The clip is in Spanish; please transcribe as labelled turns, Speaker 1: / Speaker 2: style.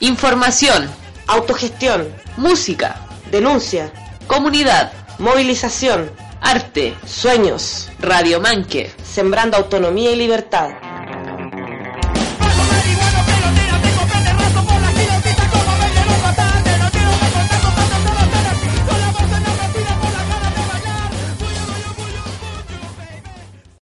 Speaker 1: Información,
Speaker 2: Autogestión.
Speaker 1: música,
Speaker 2: Denuncia.
Speaker 1: comunidad,
Speaker 2: Movilización.
Speaker 1: arte,
Speaker 2: Sueños.
Speaker 1: Radio Manque.
Speaker 2: Sembrando autonomía y libertad.